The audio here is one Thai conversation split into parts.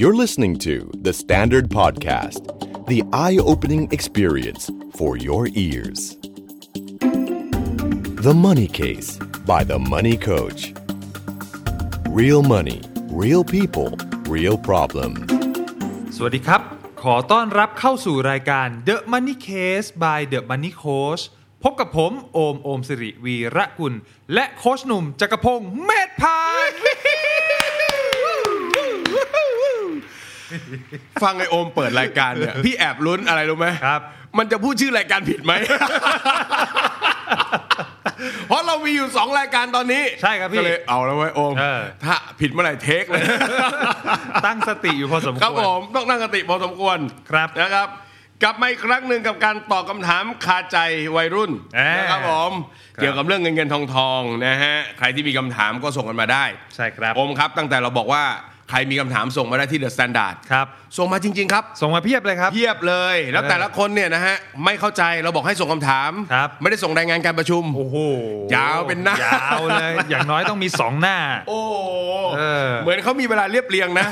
You're listening to The Standard Podcast, the eye opening experience for your ears. The Money Case by The Money Coach. Real money, real people, real problem. สวัสดีครับ ขอต้อนรับเข้าสู่รายการ The Money Case by The Money Coach พบกับผมโอม โอมสิริวีระกุล และโคชหนุ่มจักรพงศ์เมธพัน ธ์ ฟังไอโอมเปิดรายการ เนี่ย พี่แอบลุ้นอะไรรู้ไหม ครับ มันจะพูดชื่อรายการผิด ไหม เพราะเรามีอยู่สองรายการตอนนี้ ใช่ครับพี่ ก็เลยเอาแล้วไว้ยโอม เออ ถ้าผิดเมื่อไหร่เทค เลย ตั้งสติอยู่พอสมค ครับ วร ผมต้องนั่งสติพอสมควร ครับ นะครับ กลับมาอีกครั้งหนึ่งกับการตอบคำถามคาใจวัยรุ่น เอ้ย นะครับผม ครับ เกี่ยวกับเรื่องเงินเงินทองทองนะฮะใครที่มีคำถามก็ส่งกันมาได้ ใช่ครับ โอมครับ ตั้งแต่เราบอกว่าใครมีคำถามส่งมาได้ที่เดอะสแตนดาร์ด ครับ ส่งมาจริง ๆ ครับ ส่งมาเพียบเลยครับ เพียบเลยแล้ว เออ แต่ละคนเนี่ยนะฮะไม่เข้าใจเราบอกให้ส่งคำถาม ครับ ไม่ได้ส่งรายงานการประชุม โอ้โห ยาวเป็นหน้าย วเลย อย่างน้อยต้องมีสองหน้า โอ้โห เออ เหมือนเขามีเวลาเรียบเรียง นะ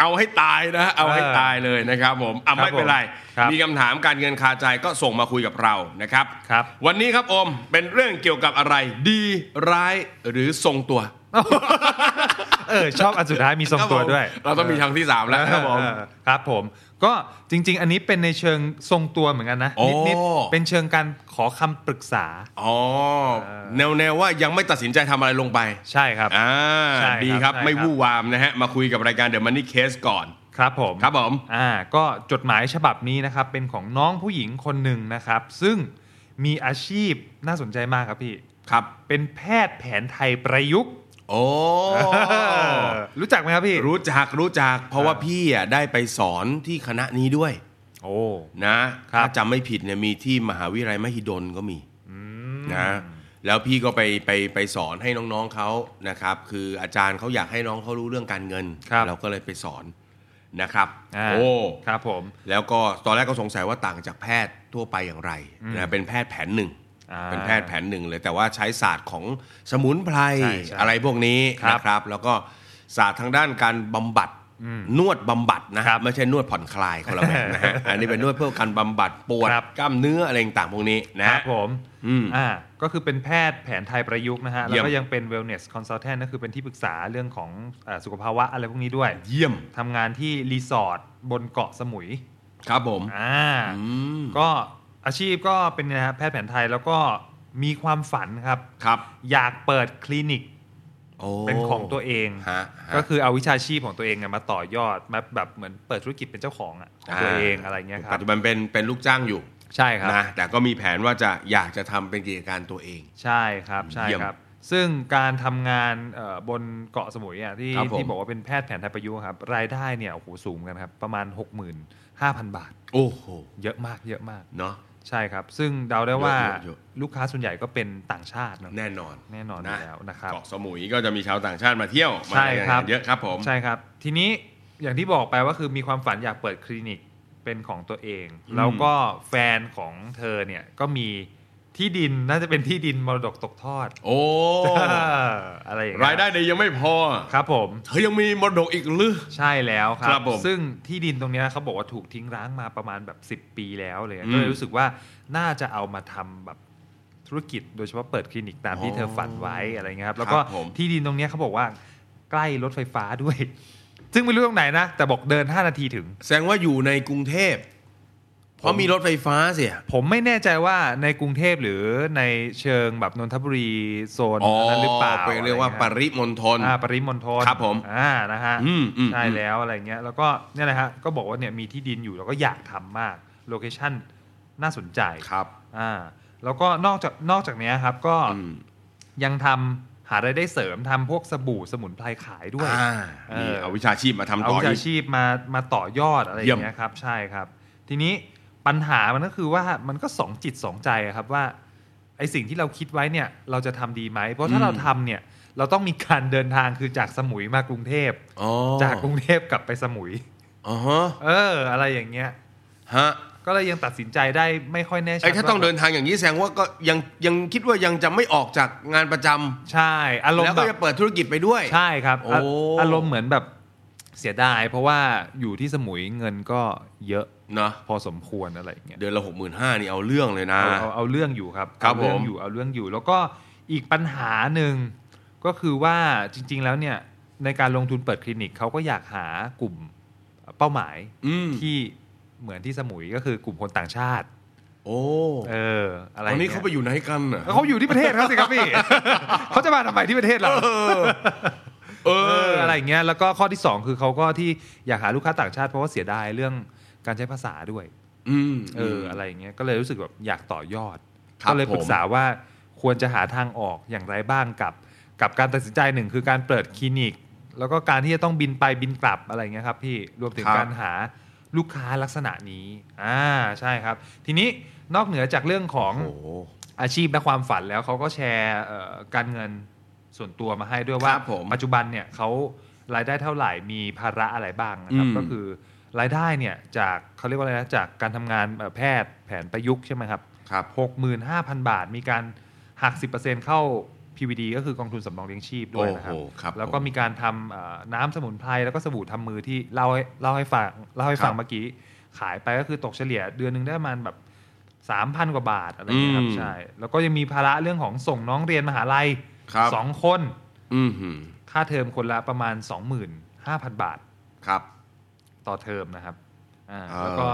เอาให้ตายนะ เอาให้ เออ ตายเลยนะครับผมอ่ะ ครับ ไม่เป็นไร ผมครับ มีคำถามการเงินคาใจก็ส่งมาคุยกับเรานะครับ ครับ วันนี้ครับอมเป็นเรื่องเกี่ยวกับอะไร ดีร้ายหรือทรงตัว เออ ชอบอันสุดท้ายมีทรงตัวด้วย ครับผมเราต้องมีทางที่สามแล้วครับผม เออครับผมก็จริง ๆ อันนี้เป็นในเชิงทรงตัวเหมือนกันนะ โอ้ นิดๆเป็นเชิงการขอคำปรึกษา อ๋อแนวแนวๆว่ายังไม่ตัดสินใจทำอะไรลงไป ใช่ครับ อ่า ใช่ครับ ดีครับ ใช่ครับ ไม่วู่วามนะฮะ มาคุยกับรายการเด e m มันนี่เคสก่อน ครับผม ครับผม อ่าก็จดหมายฉบับนี้นะครับ เป็นของน้องผู้หญิงคนหนึ่งนะครับ ซึ่งมีอาชีพน่าสนใจมากครับพี่ ครับ เป็นแพทย์แผนไทยประยุกต์ โอ้ เออรู้จักไหมครับพี่ รู้จักรู้จัก เพราะว่าพี่อ่ะได้ไปสอนที่คณะนี้ด้วย โอ้ นะครับ ถ้าจำไม่ผิดเนี่ยมีที่มหาวิทยาลัยมหิดลก็มีนะ แล้วพี่ก็ไปไปไปสอนให้น้องๆเขานะครับ คืออาจารย์เขาอยากให้น้องเขารู้เรื่องการเงิน เราก็เลยไปสอนนะครับ อ่า โอ้ ครับผม แล้วก็ตอนแรกก็สงสัยว่าต่างจากแพทย์ทั่วไปอย่างไรนะเป็นแพทย์แผนหนึ่ง อ่า เป็นแพทย์แผนหนึ่งเลยแต่ว่าใช้ศาสตร์ของสมุนไพร ใช่ใช่ อะไรพวกนี้ ครับ นะครับ แล้วก็ศาสตร์ทางด้านการบำบัดนวดบำบัดนะ ค ค รั รั บบ ไม่ใช่นวดผ่อนคลายคนละแบบนะฮะ อันนี้เป็นนวดเพื่อการบำบัดปวด ครับ กล้ามเนื้ออะไรต่างๆพวกนี้นะ ค ฮะ รับผม อืม อ่า ก็คือเป็นแพทย์แผนไทยประยุกต์นะฮะ เยี่ แล้ว ยม ก็ยังเป็น wellness consultant ก็คือเป็นที่ปรึกษาเรื่องของอ่าสุขภาวะอะไรพวกนี้ด้วย เยี่ยม ทำงานที่รีสอร์ทบนเกาะสมุย ครับผม อ่า อืม ก็อาชีพก็เป็นเนยนะฮะแพทย์แผนไทยแล้วก็มีความฝันครับ ครับ อยากเปิดคลินิก โอ้ เป็นของตัวเอง ฮะฮะ ก็คือเอาวิชาชีพของตัวเองเนี่ยมาต่อยอดมาแบบเหมือนเปิดธุรกิจเป็นเจ้าของอะของตัวเองอะไรเงี้ยครั ปั บ จจุบันเป็นเป็นลูกจ้างอยู่ ใช่ครับ นะแต่ก็มีแผนว่าจะอยากจะทำเป็นกิจการตัวเอง ใช่ครับใช่ เยี่ยม ครับ ซึ่งการทำงานเอ่อบนเกาะสมุยอ่ะที่ ครับผม ที่บอกว่าเป็นแพทย์แผนไทยประยุกต์ครับ รายได้เนี่ยโอ้โหสูงกันครับ ประมาณ 65,000 บาท โอ้โห เยอะมากเยอะมาก เนาะ ใช่ครับ ซึ่งเดาได้ว่า เยอะเยอะ ลูกค้าส่วนใหญ่ก็เป็นต่างชาติเนอะ แน่นอน แน่นอนอยู่แล้วนะครับ เกาะสมุยก็จะมีชาวต่างชาติมาเที่ยวมา ใช่ครับ เยอะครับผม ใช่ครับ ทีนี้อย่างที่บอกไปว่าคือมีความฝันอยากเปิดคลินิกเป็นของตัวเอง แล้วก็แฟนของเธอเนี่ยก็มีที่ดินน่าจะเป็นที่ดินมรดกตกทอด โอ้ อะไรอย่างเงี้ รายได้เดียวยังไม่พอ ครับผม เธอยังมีมรดกอีกหรือ ใช่แล้วครั ครับ บผม ซึ่งที่ดินตรงเนี้ยเขาบอกว่าถูกทิ้งร้างมาประมาณแบบ 10 ปีแล้วเลย อืม ก็เลยรู้สึกว่าน่าจะเอามาทำแบบธุรกิจโดยเฉพาะเปิดคลินิกตามที่เธอฝันไว้อะไรเงี้ยครับแล้วก็ ครับผม ที่ดินตรงเนี้ยเขาบอกว่าใกล้รถไฟฟ้าด้วย ซึ่งไม่รู้ตรงไหนนะ แต่บอกเดิน 5 นาทีถึง แสดงว่าอยู่ในกรุงเทพเพราะมีรถไฟฟ้าเสีย ผมไม่แน่ใจว่าในกรุงเทพหรือในเชิงแบบนนทบุรีโซน อ๋อ นั้นหรือเปล่า ไปเรียกว่า อะ ป ไงี้ ริมณฑล อ่าปริมณฑล ครับผม อ่านะฮะ อืมอืม ใช่ อืม แล้วอะไรเงี้ยแล้วก็เนี่ยนะฮะก็บอกว่าเนี่ยมีที่ดินอยู่แล้วก็อยากทำมากโลเคชั่นน่าสนใจ ครับ อ่าแล้วก็นอกจากนอกจากเนี้ยครับก็ อืม ยังทำหารายได้เสริมทำพวกสบู่สมุนไพรขายด้วย อ่า เออ นี่เอาวิชาชีพมาทำ เอา ต่อ วิชา อีก ชีพมามาต่อยอดอะไรอย่างเงี้ยครับ ใช่ครับ ทีนี้ปัญหามันก็คือว่ามันก็สองจิตสองใจอะครับว่าไอสิ่งที่เราคิดไว้เนี่ยเราจะทำดีไหม เพราะถ้า อืม เราทำเนี่ยเราต้องมีการเดินทางคือจากสมุยมากรุงเทพ อ๋อ จากกรุงเทพกลับไปสมุย อ๋อฮะ เออ อะไรอย่างเงี้ย ฮะ ก็เลยยังตัดสินใจได้ไม่ค่อยแน่ชัด ไอ้ถ้าต้องเดินทางอย่างนี้แสดงว่าก็ยังยังคิดว่ายังจะไม่ออกจากงานประจำ ใช่ อารม แล้ว ณ์แบ ก็ บ จะเปิดธุรกิจไปด้วย ใช่ครับ โอ้ อารมณ์เหมือนแบบ เสียดายเพราะว่าอยู่ที่สมุยเงินก็เยอะ เนาะ พอสมควรอะไรอย่างเงี้ย เดือนละหกหมื่นห้านี่เอาเรื่องเลยนะ เอาเอาเอาเรื่องอยู่ครับ ครับ เอาเรื่อง ผม อยู่เอาเรื่องอยู่ แล้วก็อีกปัญหาหนึ่งก็คือว่าจริง ๆ แล้วเนี่ยในการลงทุนเปิดคลินิกเขาก็อยากหากลุ่มเป้าหมาย อืม ที่เหมือนที่สมุยก็คือกลุ่มคนต่างชาติ โอ้ เอออะไร ตอนนี้ ย เขาไปอยู่ไหนกันอ่ะ เขาอยู่ที่ประเทศเขาสิครับพี่ เขาจะมาทำไมที่ประเทศเรา เอ เอ อ อ อะ อะไร ไรอย่างเงี้ยแล้วก็ข้อที่ 2 คือเขาก็ที่อยากหาลูกค้าต่างชาติเพราะว่าเสียดายเรื่องการใช้ภาษาด้วย อืม เอออะไรอย่างเงี้ยก็เลยรู้สึกแบบอยากต่อยอด ครับ ก็เลยปรึกษาว่าควรจะหาทางออกอย่างไรบ้างกับ กับการตัดสินใจหนึ่งคือการเปิดคลินิก แล้วก็การที่จะต้องบินไปบินกลับอะไรอย่างเงี้ยครับพี่รวมถึง ครับ การหาลูกค้าลักษณะนี้อ่าใช่ครับ ทีนี้นอกเหนือจากเรื่องของ ผมโอ้โห อาชีพและความฝันแล้วเขาก็แชร์เอ่อการเงินส่วนตัวมาให้ด้วยว่า ครับผม ปัจจุบันเนี่ยเขารายได้เท่าไหร่มีภาระอะไรบ้างนะครับ อืม ก็คือรายได้เนี่ยจากเขาเรียกว่าอะไรนะจากการทำงานเอ่อแพทย์แผนประยุกต์ใช่ไหมครับ ครับ 65,000 บาท มีการหัก 10%เข้า PVD ก็คือกองทุนสำรองเลี้ยงชีพด้วยนะครับ โอ้โหครับ แล้วก็มีการทำเอ่อน้ำสมุนไพรแล้วก็สบู่ทำมือที่เล่าให้เล่าให้ฟังเล่าให้ฟัง ครับ เมื่อกี้ขายไปก็คือตกเฉลี่ยเดือนหนึ่งได้ประมาณแบบ สามพันกว่าบาทอะไรอย่างเงี้ยครั อื บ ม ใช่ แล้วก็ยังมีภาระเรื่องของส่งน้องเรียนมหาลัย ครับ สองคน อืมหืม ค่าเทอมคนละประมาณ 25,000 บาท ครับ ต่อเทอมนะครับอ่า อ่า แล้วก็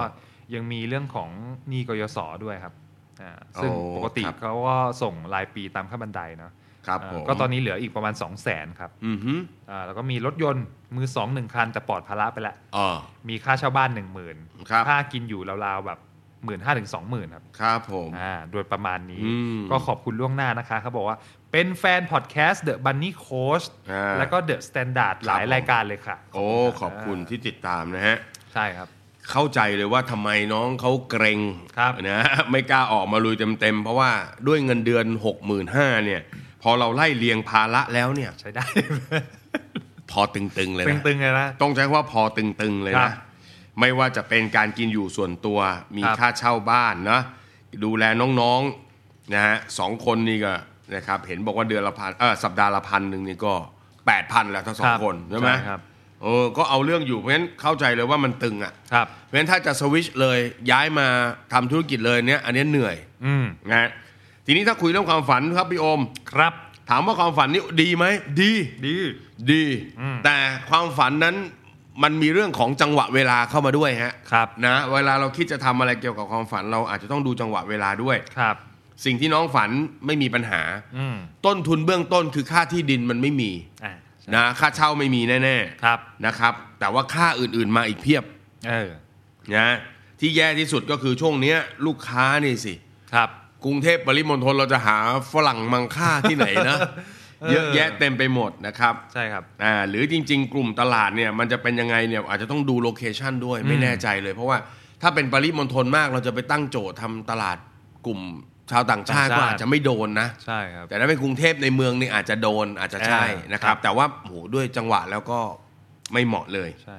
ยังมีเรื่องของหนี้กยศด้วยครับอ่าซึ่ง โอ้ ปกติ ครับ เขาก็ส่งรายปีตามขั้นบันไดเนาะ ครับ อ่า ผม ก็ตอนนี้เหลืออีกประมาณ 2 0 0 0 0 0ครับ อืมหืม อ่าแล้วก็มีรถยนต์มือสองหนึ่งคันแต่ปลอดภาระไปแล้ว อ๋อ มีค่าเช่าบ้าน 1 0,000 ครับ ค่ากินอยู่ราวๆแบบหมื่นห้าถึงสองหมื่นครับ ครับผม อ่าโดยประมาณนี้ อืม ก็ขอบคุณล่วงหน้านะคะเขาบอกว่าเป็นแฟนพอดแคสต์ The Bunny Coach อ่า แล้วก็ The Standard ครับ หลายรายการเลยค่ะ โอ้ขอบคุณที่ติดตามนะฮะ ใช่ครับ เข้าใจเลยว่าทำไมน้องเขาเกรง ครับ นะ ไม่กล้าออกมาลุยเต็มๆ เพราะว่าด้วยเงินเดือน 65,000เนี่ย พอเราไล่เรียงภาระแล้วเนี่ย ใช้ได้ พอตึงๆเลยนะ ตึงๆเลยนะ ต้องใช้คำว่าพอตึงๆเลย ครั นะ บ ไม่ว่าจะเป็นการกินอยู่ส่วนตัว มี ครับ ค่าเช่าบ้านนะดูแลน้องๆนะฮะสองคนนี่ก็นะครับเห็นบอกว่าเดือนละพันเออสัปดาห์ละพันหนึ่งนี่ก็แปดพันแล้วทั้งสอ ค ง รับ คนใช่ไหม ใช่ครับ เออก็เอาเรื่องอยู่เพราะฉะนั้นเข้าใจเลยว่ามันตึงอ่ะ ครับ เพราะฉะนั้นถ้าจะสวิตชเลยย้ายมาทำธุรกิจเลยเนี่ยอันเนี้ยเหนื่อย อืม นะฮะทีนี้ถ้าคุยเรื่องความฝันครับพี่โอม ครับ ถามว่าความฝันนี่ดีไหมดี ดี ดี แต่ความฝันนั้นมันมีเรื่องของจังหวะเวลาเข้ามาด้วยฮะ ครับ นะเวลาเราคิดจะทำอะไรเกี่ยวกับความฝัน เราอาจจะต้องดูจังหวะเวลาด้วย ครับ สิ่งที่น้องฝันไม่มีปัญหา อืม ต้นทุนเบื้องต้นคือค่าที่ดินมันไม่มี อ่า นะค่าเช่าไม่มีแน่ ครับ ๆนะครับ แต่ว่าค่าอื่นๆมาอีกเพียบ เออ นะที่แย่ที่สุดก็คือช่วงเนี้ยลูกค้านี่สิ ครับ กรุงเทพปริมณฑลเราจะหาฝรั่งมังค่าที่ไหนนะ เออ เยอะแยะเต็มไปหมดนะครับ ใช่ครับ อ่าหรือจริง ๆ กลุ่มตลาดเนี่ยมันจะเป็นยังไงเนี่ยอาจจะต้องดูโลเคชันด้วยไม่แน่ใจเลย เพราะว่าถ้าเป็นปริมณฑลมากเราจะไปตั้งโจทย์ทำตลาดกลุ่มชาวต่างชาติ ต่างชาติ ก็อาจจะไม่โดนนะ ใช่ครับ แต่ถ้าเป็นกรุงเทพในเมืองนี่อาจจะโดนอาจจะใช่ เออ นะค ครั รับ บ แต่ว่าโหด้วยจังหวะแล้วก็ไม่เหมาะเลย ใช่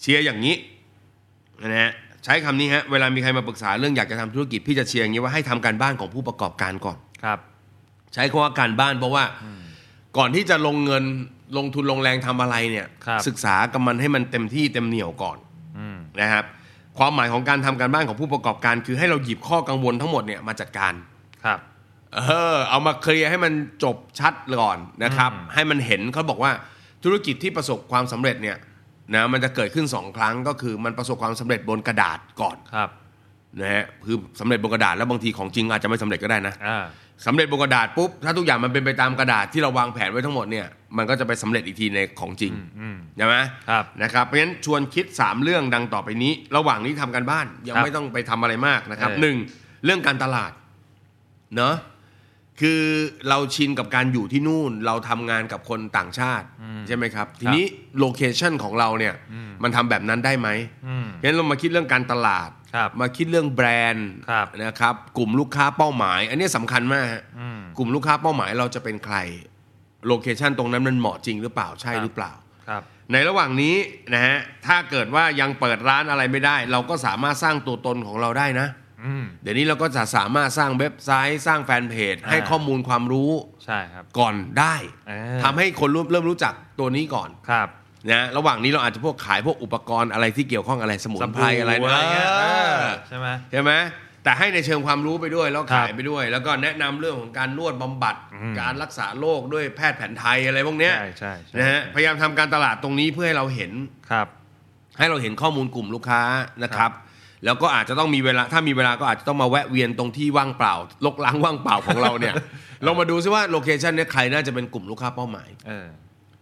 เชียร์อย่างนี้นะฮะใช้คำนี้ฮะเวลามีใครมาปรึกษาเรื่องอยากจะทำธุรกิจพี่จะเชียร์อย่างนี้ว่าให้ทำการบ้านของผู้ประกอบการก่อน ครับ ใช้คำว่าการบ้านเพราะว่าก่อนที่จะลงเงินลงทุนลงแรงทำอะไรเนี่ย ครับ ศึกษากับมันให้มันเต็มที่เต็มเหนี่ยวก่อน อืม นะครับ ความหมายของการทำการบ้านของผู้ประกอบการ คือให้เราหยิบข้อกังวลทั้งหมดเนี่ยมาจัดการ ครับ เออเอามาเคลียร์ให้มันจบชัดก่อนนะครับ อืม ให้มันเห็นเขาบอกว่าธุรกิจที่ประสบความสำเร็จเนี่ยนะมันจะเกิดขึ้นสองครั้งก็คือมันประสบความสำเร็จบนกระดาษก่อน ครับ นะฮะคือสำเร็จบนกระดาษแล้วบางทีของจริงอาจจะไม่สำเร็จก็ได้นะ อ่า สำเร็จบนกระดาษปุ๊บถ้าทุกอย่างมันเป็นไปตามกระดาษที่เราวางแผนไว้ทั้งหมดเนี่ยมันก็จะไปสำเร็จอีกทีในของจริง อืม ใช่ไหม ครับ นะครับเพราะฉะนั้นชวนคิดสามเรื่องดังต่อไปนี้ ระหว่างนี้ทำกันบ้านยัง ครับ ไม่ต้องไปทำอะไรมากนะครับ เออ หนึ่งเรื่องการตลาด เนอะคือเราชินกับการอยู่ที่นู่น เราทำงานกับคนต่างชาติ ใช่ไหมครับ ทีนี้โลเคชันของเราเนี่ย มันทำแบบนั้นได้ไหม อืม งั้นเรามาคิดเรื่องการตลาด ครับ มาคิดเรื่องแบรนด์ ครับ นะครับ กลุ่มลูกค้าเป้าหมาย อันนี้สำคัญมากฮะ อืม กลุ่มลูกค้าเป้าหมายเราจะเป็นใคร โลเคชันตรงนั้นมันเหมาะจริงหรือเปล่าใช่ ครับ หรือเปล่า ครับ ในระหว่างนี้นะฮะถ้าเกิดว่ายังเปิดร้านอะไรไม่ได้ เราก็สามารถสร้างตัวตนของเราได้นะ อืม เดี๋ยวนี้เราก็จะสามารถสร้างเว็บไซต์สร้างแฟนเพจ ให้ อ่า ข้อมูลความรู้ ใช่ครับ ก่อนได้ เออ ทำให้คนรู้เริ่มรู้จักตัวนี้ก่อน ครับ นะระหว่างนี้เราอาจจะพวกขายพวกอุปกรณ์อะไรที่เกี่ยวข้องอะไรสมุนไพรอะไรนะ เงี้ย เออ ใช่ไหม ใช่ไหมแต่ให้ในเชิงความรู้ไปด้วยแล้วขา ครั ย บ ไปด้วย แล้วก็แนะนำเรื่องของการนวดบำบัด การรักษาโรคด้วยแพทย์แผนไทยอะไรพวกเนี้ย ใช่ใช่ใช่ นะฮะพยายามทำการตลาดตรงนี้เพื่อให้เราเห็น ครับ ให้เราเห็นข้อมูลกลุ่มลูกค้านะครับ แล้วก็อาจจะต้องมีเวลาถ้ามีเวลาก็อาจจะต้องมาแวะเวียนตรงที่ว่างเปล่าลกล้างว่างเปล่าของเราเนี่ย ลองมาดูซิว่าโลเคชันเนี้ยใครน่าจะเป็นกลุ่มลูกค้าเป้าหมาย เออ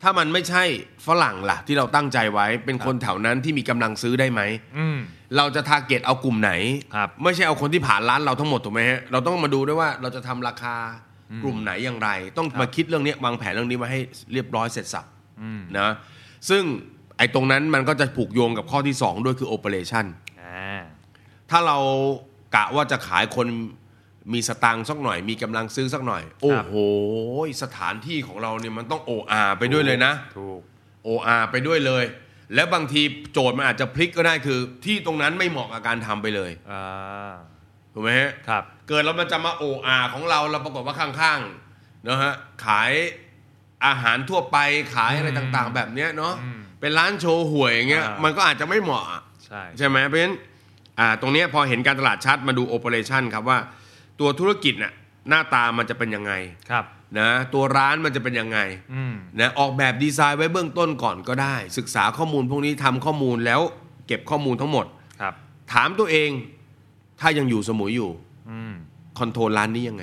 ถ้ามันไม่ใช่ฝรั่งล่ะ ที่เราตั้งใจไว้เป็นคนแถวนั้นที่มีกำลังซื้อได้ไหม อืม เราจะทา r g เกตเอากลุ่มไหน ครับ ไม่ใช่เอาคนที่ผ่านร้านเราทั้งหมดถูกไหมฮะเราต้องมาดูด้วยว่าเราจะทำราคากลุ่มไหนอย่างไร ต้องมาคิดเรื่องนี้วางแผนเรื่องนี้มาให้เรียบร้อยเสร็จสับ อืม นะซึ่งไอ้ตรงนั้นมันก็จะผูกโยงกับข้อที่ 2 ด้วยคือโอเปอเรชั่น อ่า ถ้าเรากะว่าจะขายคนมีสตางค์สักหน่อย มีกำลังซื้อสักหน่อย โอ้โห สถานที่ของเราเนี่ยมันต้องโออาไปด้วยเลยนะ ถูก โออาไปด้วยเลย แล้วบางทีโจทย์มันอาจจะพลิกก็ได้คือ ที่ตรงนั้นไม่เหมาะกับการทำไปเลย อ่า ถูกไหมฮะ ครับ เกิดแล้วมันจะมาโออาของเราเราปรากฏว่าข้างๆนะฮะขายอาหารทั่วไปขายอะไรต่างๆ แบบเนี้ยเนาะเป็นร้านโชว์หวยอย่างเงี้ย อ่ามั มันก็อาจจะไม่เหมาะ ใช่ ใช่ไหมเพราะฉะนั้นอ่าตรงเนี้ยพอเห็นการตลาดชัดมาดูโอเปอเรชันครับว่า ตัวธุรกิจน่ะหน้าตามันจะเป็นยังไง ครับ นะตัวร้านมันจะเป็นยังไง อืม นะออกแบบดีไซน์ไว้เบื้องต้นก่อนก็ได้ ศึกษาข้อมูลพวกนี้ทำข้อมูลแล้วเก็บข้อมูลทั้งหมด ครับ ถามตัวเอง ถ้ายังอยู่สมุยอยู่ อืม คอนโทรลร้านนี้ ยังไง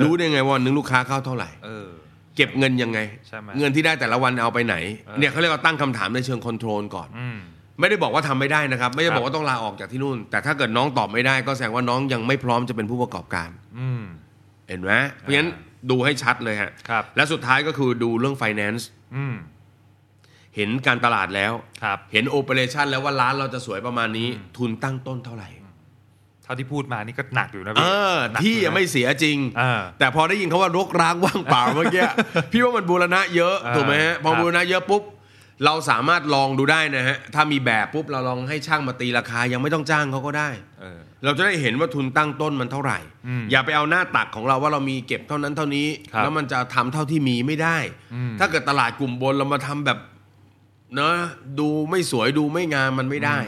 รู้ได้ไงว่าวันหนึงลูกค้าเข้าเท่าไหร่ เออ เก็บเงินยังไง ใช่ไหม เงินที่ได้แต่ละวันเอาไปไหน เออ เนี่ยเขาเรียกว่าตั้งคำถามในเชิงคอนโทรลก่อน อืม ไม่ได้บอกว่าทำไม่ได้นะครับ ไม่ได้ ครับ บ อกว่าต้องลาออกจากที่นู่น แต่ถ้าเกิดน้องตอบไม่ได้ก็แสดงว่าน้องยังไม่พร้อมจะเป็นผู้ประกอบการ อืม เห็นไหมเพราะฉะนั้นดูให้ชัดเลยฮะ ครับ และสุดท้ายก็คือดูเรื่อง finance อืม เห็นการตลาดแล้ว ครับ เห็นโอเปอเรชันแล้วว่าร้านเราจะสวยประมาณนี้ ทุนตั้งต้นเท่าไหร่ เท่าที่พูดมานี่ก็หนักอยู่นะ เอ พี่ อ หนัก ที่ อ ยัง นะ ไม่เสียจริง เออ แต่พอได้ยินเขาว่ารกร้างว่าง เปล่าเมื่อกี้ พี่ว่ามันบูรณะเยอะ เออ ถูกไหมฮะพอ ครับ บูรณะเยอะปุ๊บ เราสามารถลองดูได้นะฮะ ถ้ามีแบบปุ๊บเราลองให้ช่างมาตีราคายังไม่ต้องจ้างเขาก็ได้ เออ เราจะได้เห็นว่าทุนตั้งต้นมันเท่าไหร่ อืม อย่าไปเอาหน้าตักของเราว่าเรามีเก็บเท่านั้นเท่านี้ ครับ แล้วมันจะทำเท่าที่มีไม่ได้ อืม ถ้าเกิดตลาดกลุ่มบนเรามาทำแบบเนอะดูไม่สวยดูไม่งามมันไม่ได้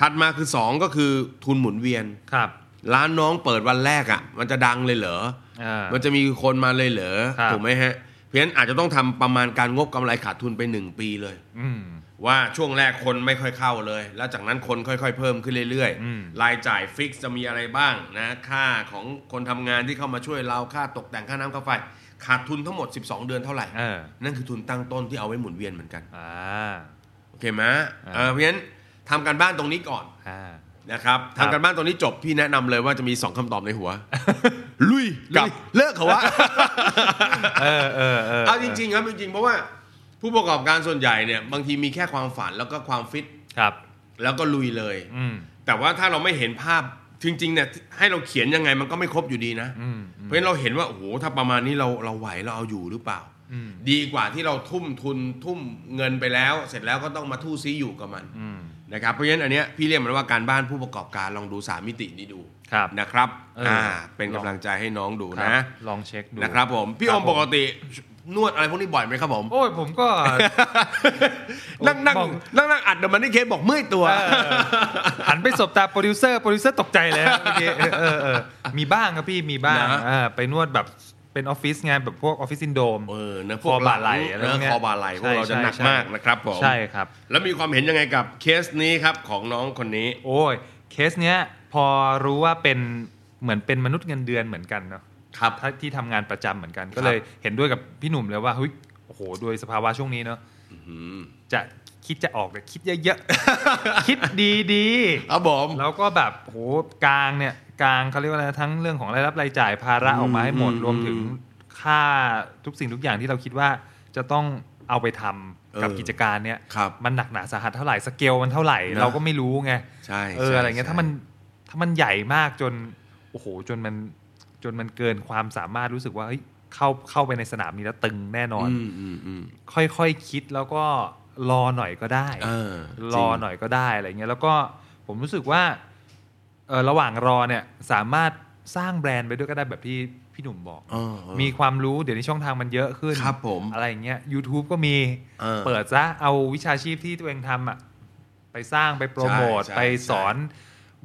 ถัดมาคือ 2 ก็คือทุนหมุนเวียน ครับ ร้านน้องเปิดวันแรกอะ่ะ มันจะดังเลยเหรอ อ่า มันจะมีคนมาเลยเหรอ ครับ ถูกไหมฮะ เพราะฉะนั้นอาจจะต้องทำประมาณการงบกำไรขาดทุนไปหนึ่งปีเลย อืม ว่าช่วงแรกคนไม่ค่อยเข้าเลย แล้วจากนั้นคนค่อยๆ เพิ่มขึ้นเรื่อย อืม รายจ่ายฟิกซ์จะมีอะไรบ้างนะค่าของคนทำงานที่เข้ามาช่วยเราค่าตกแต่งค่าน้ำค่าไฟขาดทุนทั้งหมด 12 เดือนเท่าไหร่ เออ นั่นคือทุนตั้งต้นที่เอาไว้หมุนเวียนเหมือนกัน อ่า โอเคไหมเอ่อเพราะฉะนั้นทำการบ้านตรงนี้ก่อน อ่า นะครับ ครับ ทำการบ้านตรงนี้จบพี่แนะนำเลยว่าจะมี 2คำตอบใน หัว ลุยกับเลิกเขาวะ เออเออเออ เอาจริงๆครับจริงๆเพราะว่าผู้ประกอบการส่วนใหญ่เนี่ยบางทีมีแค่ความฝันแล้วก็ความฟิต ครับ แล้วก็ลุยเลย อืม แต่ว่าถ้าเราไม่เห็นภาพจริงๆเนี่ยให้เราเขียนยังไงมันก็ไม่ครบอยู่ดีนะ อืม เพราะฉะนั้นเราเห็นว่าโอ้โหถ้าประมาณนี้เราเราไหวเราเอาอยู่หรือเปล่า อืม ดีกว่าที่เราทุ่มทุนทุ่มเงินไปแล้ว เสร็จแล้วก็ต้องมาทู่ซีอยู่กับมัน อืม นะครับเพราะฉะนั้นอันเนี้ยพี่เรียกมันว่าการบ้านผู้ประกอบการลองดูสามมิตินี้ดู ครับ นะครับ เอออ่ อ่าเป็นกำลังใจให้น้องดู ครับ นะ ลองเช็คดู นะครับผมพี่ ครั อบ ม ผม ปกตินวดอะไรพวกนี้บ่อยไหมครับผม โอ้ยผมก็ นั่งนั่ง บอก นั่งนั่งอัดเดมันนี่เคสบอกเมื่อยตัว เออหันไปสบตาโปรดิวเซอร์โปรดิวเซอร์ตกใจเลยครับเมื่อกี้เออเออเออมีบ้างครับพี่มีบ้าง นะ เออไปนวดแบบเป็นออฟฟิศไงแบบพวกออฟฟิศซินโดม เออนะ คอบาไหล่อะไร เนื้ พวกเนี้ย คอบาไหลพวกเรา ใช่ จะหนัก ใช่ มากนะครับผม ใช่ครับ แล้วมีความเห็นยังไงกับเคสนี้ครับของน้องคนนี้ โอ้ยเคสเนี้ยพอรู้ว่าเป็นเหมือนเป็นมนุษย์เงินเดือนเหมือนกันเนาะ ครับ ถ้าที่ทำงานประจำเหมือนกัน ก็เลยเห็นด้วยกับพี่หนุ่มเลยว่าเฮ้ยโอ้โหโดยสภาวะช่วงนี้เนาะจะคิดจะออกแต่ยคิดเยอะๆ คิดดีๆ ครับผม แล้วก็แบบโหกลางเนี่ยกลางเขาเรียกว่าอะไรทั้งเรื่องของรายรับรายจ่ายภาระออกมาให้หมดรวมถึงค่าทุกสิ่งทุกอย่างที่เราคิดว่าจะต้องเอาไปทำกับ เออ กิจการเนี่ย ครับ มันหนักหนาสาหัสเท่าไหร่สเกลมันเท่าไหร่ นะ เราก็ไม่รู้ไง ใช่ เออ ใช่ อะไรเงี้ย ใช่ ถ้ามันถ้ามันใหญ่มากจนโอ้โหจนมันจนมันเกินความสามารถรู้สึกว่าเฮ้ยเข้าเข้าไปในสนามนี้แล้วตึงแน่นอน อืมอืมอืม ค่อยๆคคิดแล้วก็รอหน่อยก็ได้ เออจริง รอหน่อยก็ได้อะไรเงี้ยแล้วก็ผมรู้สึกว่าเอ่อระหว่างรอเนี่ยสามารถสร้างแบรนด์ไปด้วยก็ได้แบบที่ พี่หนุ่มบอก เออเออ มีความรู้เดี๋ยวนี้ช่องทางมันเยอะขึ้น ครับผม อะไรอย่างเงี้ย YouTube ก็มี เออ เปิดซะเอาวิชาชีพที่ตัวเองทำอะไปสร้างไปโปรโมท ใช่ใช่ ไปสอน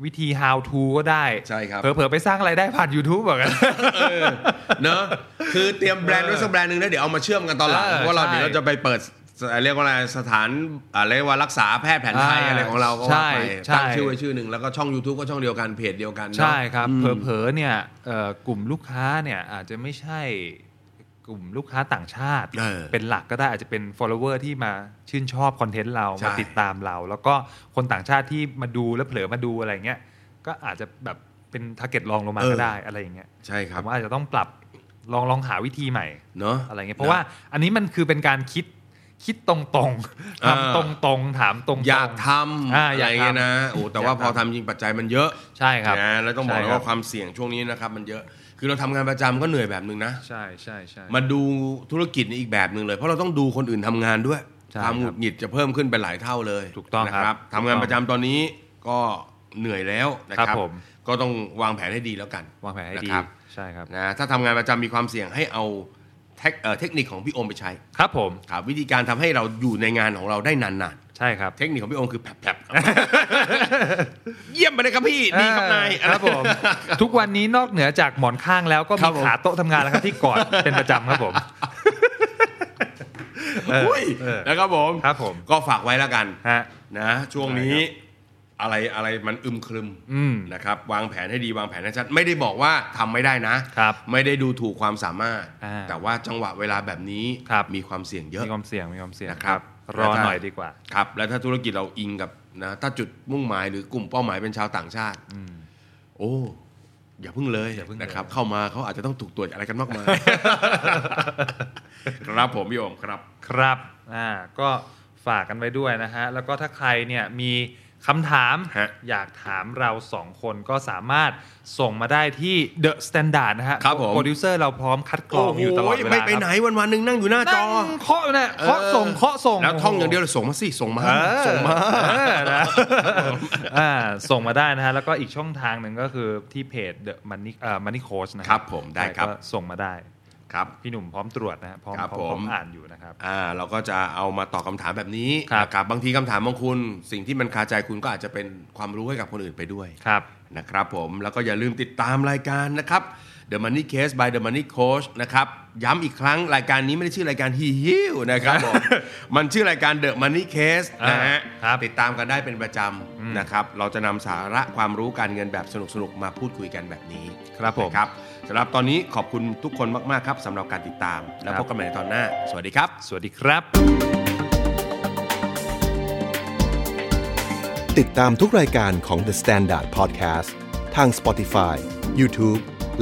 วิธี how to ก็ได้ ใช่ครับ เผลอๆไปสร้างไรายได้ผ่าน YouTube แบบกัน เนอะคือเตรียมแบรนด์ไว้สักแบรนด์หนึ่งแล้วเดี๋ยวเอามาเชื่อมกันตอนหลัง เออ เพราะว่าเรา ใช่ เดี๋ยวเราจะไปเปิดเรียกว่าอะไรสถานอะไรยกว่ารักษาแพทย์แผนไทยอะไรของเราก็ว่า ใช่ ไป ใช่ ตั้งชื่อไว้ชื่อหนึ่งแล้วก็ช่อง YouTube ก็ช่องเดียวกันเพจเดียวกันเนอะ ใช่ครับเผลอๆเนี่ยเอ่อกลุ่มลูกค้าเนี่ยอาจจะไม่ใช่กลุ่มลูกค้าต่างชาติ เออ เป็นหลักก็ได้อาจจะเป็น follower ที่มาชื่นชอบคอนเทนต์เรา ใช่ มาติดตามเรา แล้วก็คนต่างชาติที่มาดูแล้วเผลอมาดูอะไรเงี้ยก็อาจจะแบบเป็นทาร์เก็ตรองลงมาก็ได้อะไรอย่างเงี้ย ใช่ค ผ รับ มว่าอาจจะต้องปรับลองลองหาวิธีใหม่ เนอะ อะไรเงี้ยเพราะว่าอันนี้มันคือเป็นการคิดคิดตรงๆ เออ ทำตรงๆถามตรงๆ อยากทำ อ่า อะไร ยาก เงี้ย ทำ นะโอ้แต่ว่าพอทำจริงปัจจัยมันเยอะ ใช่ครับ นะแล้วต้องบอกเลย ใช่ครับ ว่าความเสี่ยงช่วงนี้นะครับมันเยอะคือเราทำงานประจำก็เหนื่อยแบบหนึ่งนะ ใช่ใช่ใช่ มาดูธุรกิจนี่อีกแบบหนึ่งเลย เพราะเราต้องดูคนอื่นทำงานด้วย ใช่ ความหงุดหงิดจะเพิ่มขึ้นไปหลายเท่าเลย ถูกต้องครับ นะทำงานประจำตอนนี้ก็เหนื่อยแล้วนะค ครั รับบ ผม ก็ต้องวางแผนให้ดีแล้วกัน วางแผนให้ดี ะครับ ใช่ครับ นะถ้าทำงานประจำมีความเสี่ยงให้เอาเทคเอ่อเทคนิคของพี่โอมไปใช้ ครับผม ครับวิธีการทำให้เราอยู่ในงานของเราได้นาน ใช่ครับ ๆ เทคนิคของพี่โอมคือแผลบๆ เยี่ยมไปเลยครับพี่ดีครับนาย เออครับผม ทุกวันนี้นอกเหนือจากหมอนข้างแล้วก็ ครั มี บผม ขาโต๊ะทำงานแล้วครับที่ก อด เป็นประจำครับผม อุ้ย เออ นะครับผม ครับผม ก็ฝากไว้แล้วกัน ฮะ นะช่วงนี้อะไรอะไรมันอึมครึม อืม นะครับวางแผนให้ดีวางแผนให้ชัดไม่ได้บอกว่าทำไม่ได้นะ ครับ ไม่ได้ดูถูกความสามารถ อ่า แต่ว่าจังหวะเวลาแบบนี้ ครับ มีความเสี่ยงเยอะ มีความเสี่ยงมีความเสี่ยง นะครับ รอหน่อยดีกว่า ครับ แล้วถ้าธุรกิจเราอิงกับนะถ้าจุดมุ่งหมายหรือกลุ่มเป้าหมายเป็นชาวต่างชาติโอ้ อย่าเพิ่งเลย อย่าเพิ่งเลย นะครับ เข้ามาเขาอาจจะต้องถูกตรวจอะไรกันมาก มาย ครับผมพี่โอมครับ ครับอ่าก็ฝากกันไว้ด้วยนะฮะ แล้วก็ถ้าใครเนี่ยมีคำถาม ฮะ อยากถามเราสองคนก็สามารถส่งมาได้ที่ The Standard นะฮะ ครับผม โปรดิวเซอร์เราพร้อมคัดกรองอยู่ตลอดเวลา ไม่ไปไหนวันวันๆหนึ่งนั่งอยู่หน้า ค จ รับ อ นั่งเคาะนะเคาะส่งเคาะส่ง แล้วท่องอย่างเดียวเลยส่งมาสิส่งมาส่งมา เออนะอ่าส่งมาได้นะฮะ แล้วก็อีกช่องทางหนึ่งก็คือที่เพจ The Money เอ่อ Money Coach นะค ครั รับบ ผมได้ครับ ก็ส่งมาได้ ครับ พี่หนุ่มพร้อมตรวจนะฮะพร้อม ครับ พร้อพร้อ ผม อ่านอยู่นะครับ อ่าเราก็จะเอามาตอบคำถามแบบนี้ ครับ นะครับบางทีคำถามของคุณ สิ่งที่มันคาใจคุณก็อาจจะเป็นความรู้ให้กับคนอื่นไปด้วย ครับ นะครับผมแล้วก็อย่าลืมติดตามรายการนะครับ The Money Case by The Money Coach นะครับย้ำอีกครั้งรายการนี้ไม่ได้ชื่อรายการฮีฮิวนะครับ ผมมันชื่อรายการ The Money Case นะฮะ อ่าครับ ติดตามกันได้เป็นประจำนะครับเราจะนำสาระความรู้การเงินแบบสนุกๆมาพูดคุยกันแบบนี้ ครับผม ครับสำหรับตอนนี้ขอบคุณทุกคนมาก ๆ ครับสำหรับการติดตาม แล้ว ครับ พบกันใหม่ในตอนหน้า สวัสดีครับ สวัสดีครับ ติดตามทุกรายการของ The Standard Podcast ทาง Spotify, YouTube แ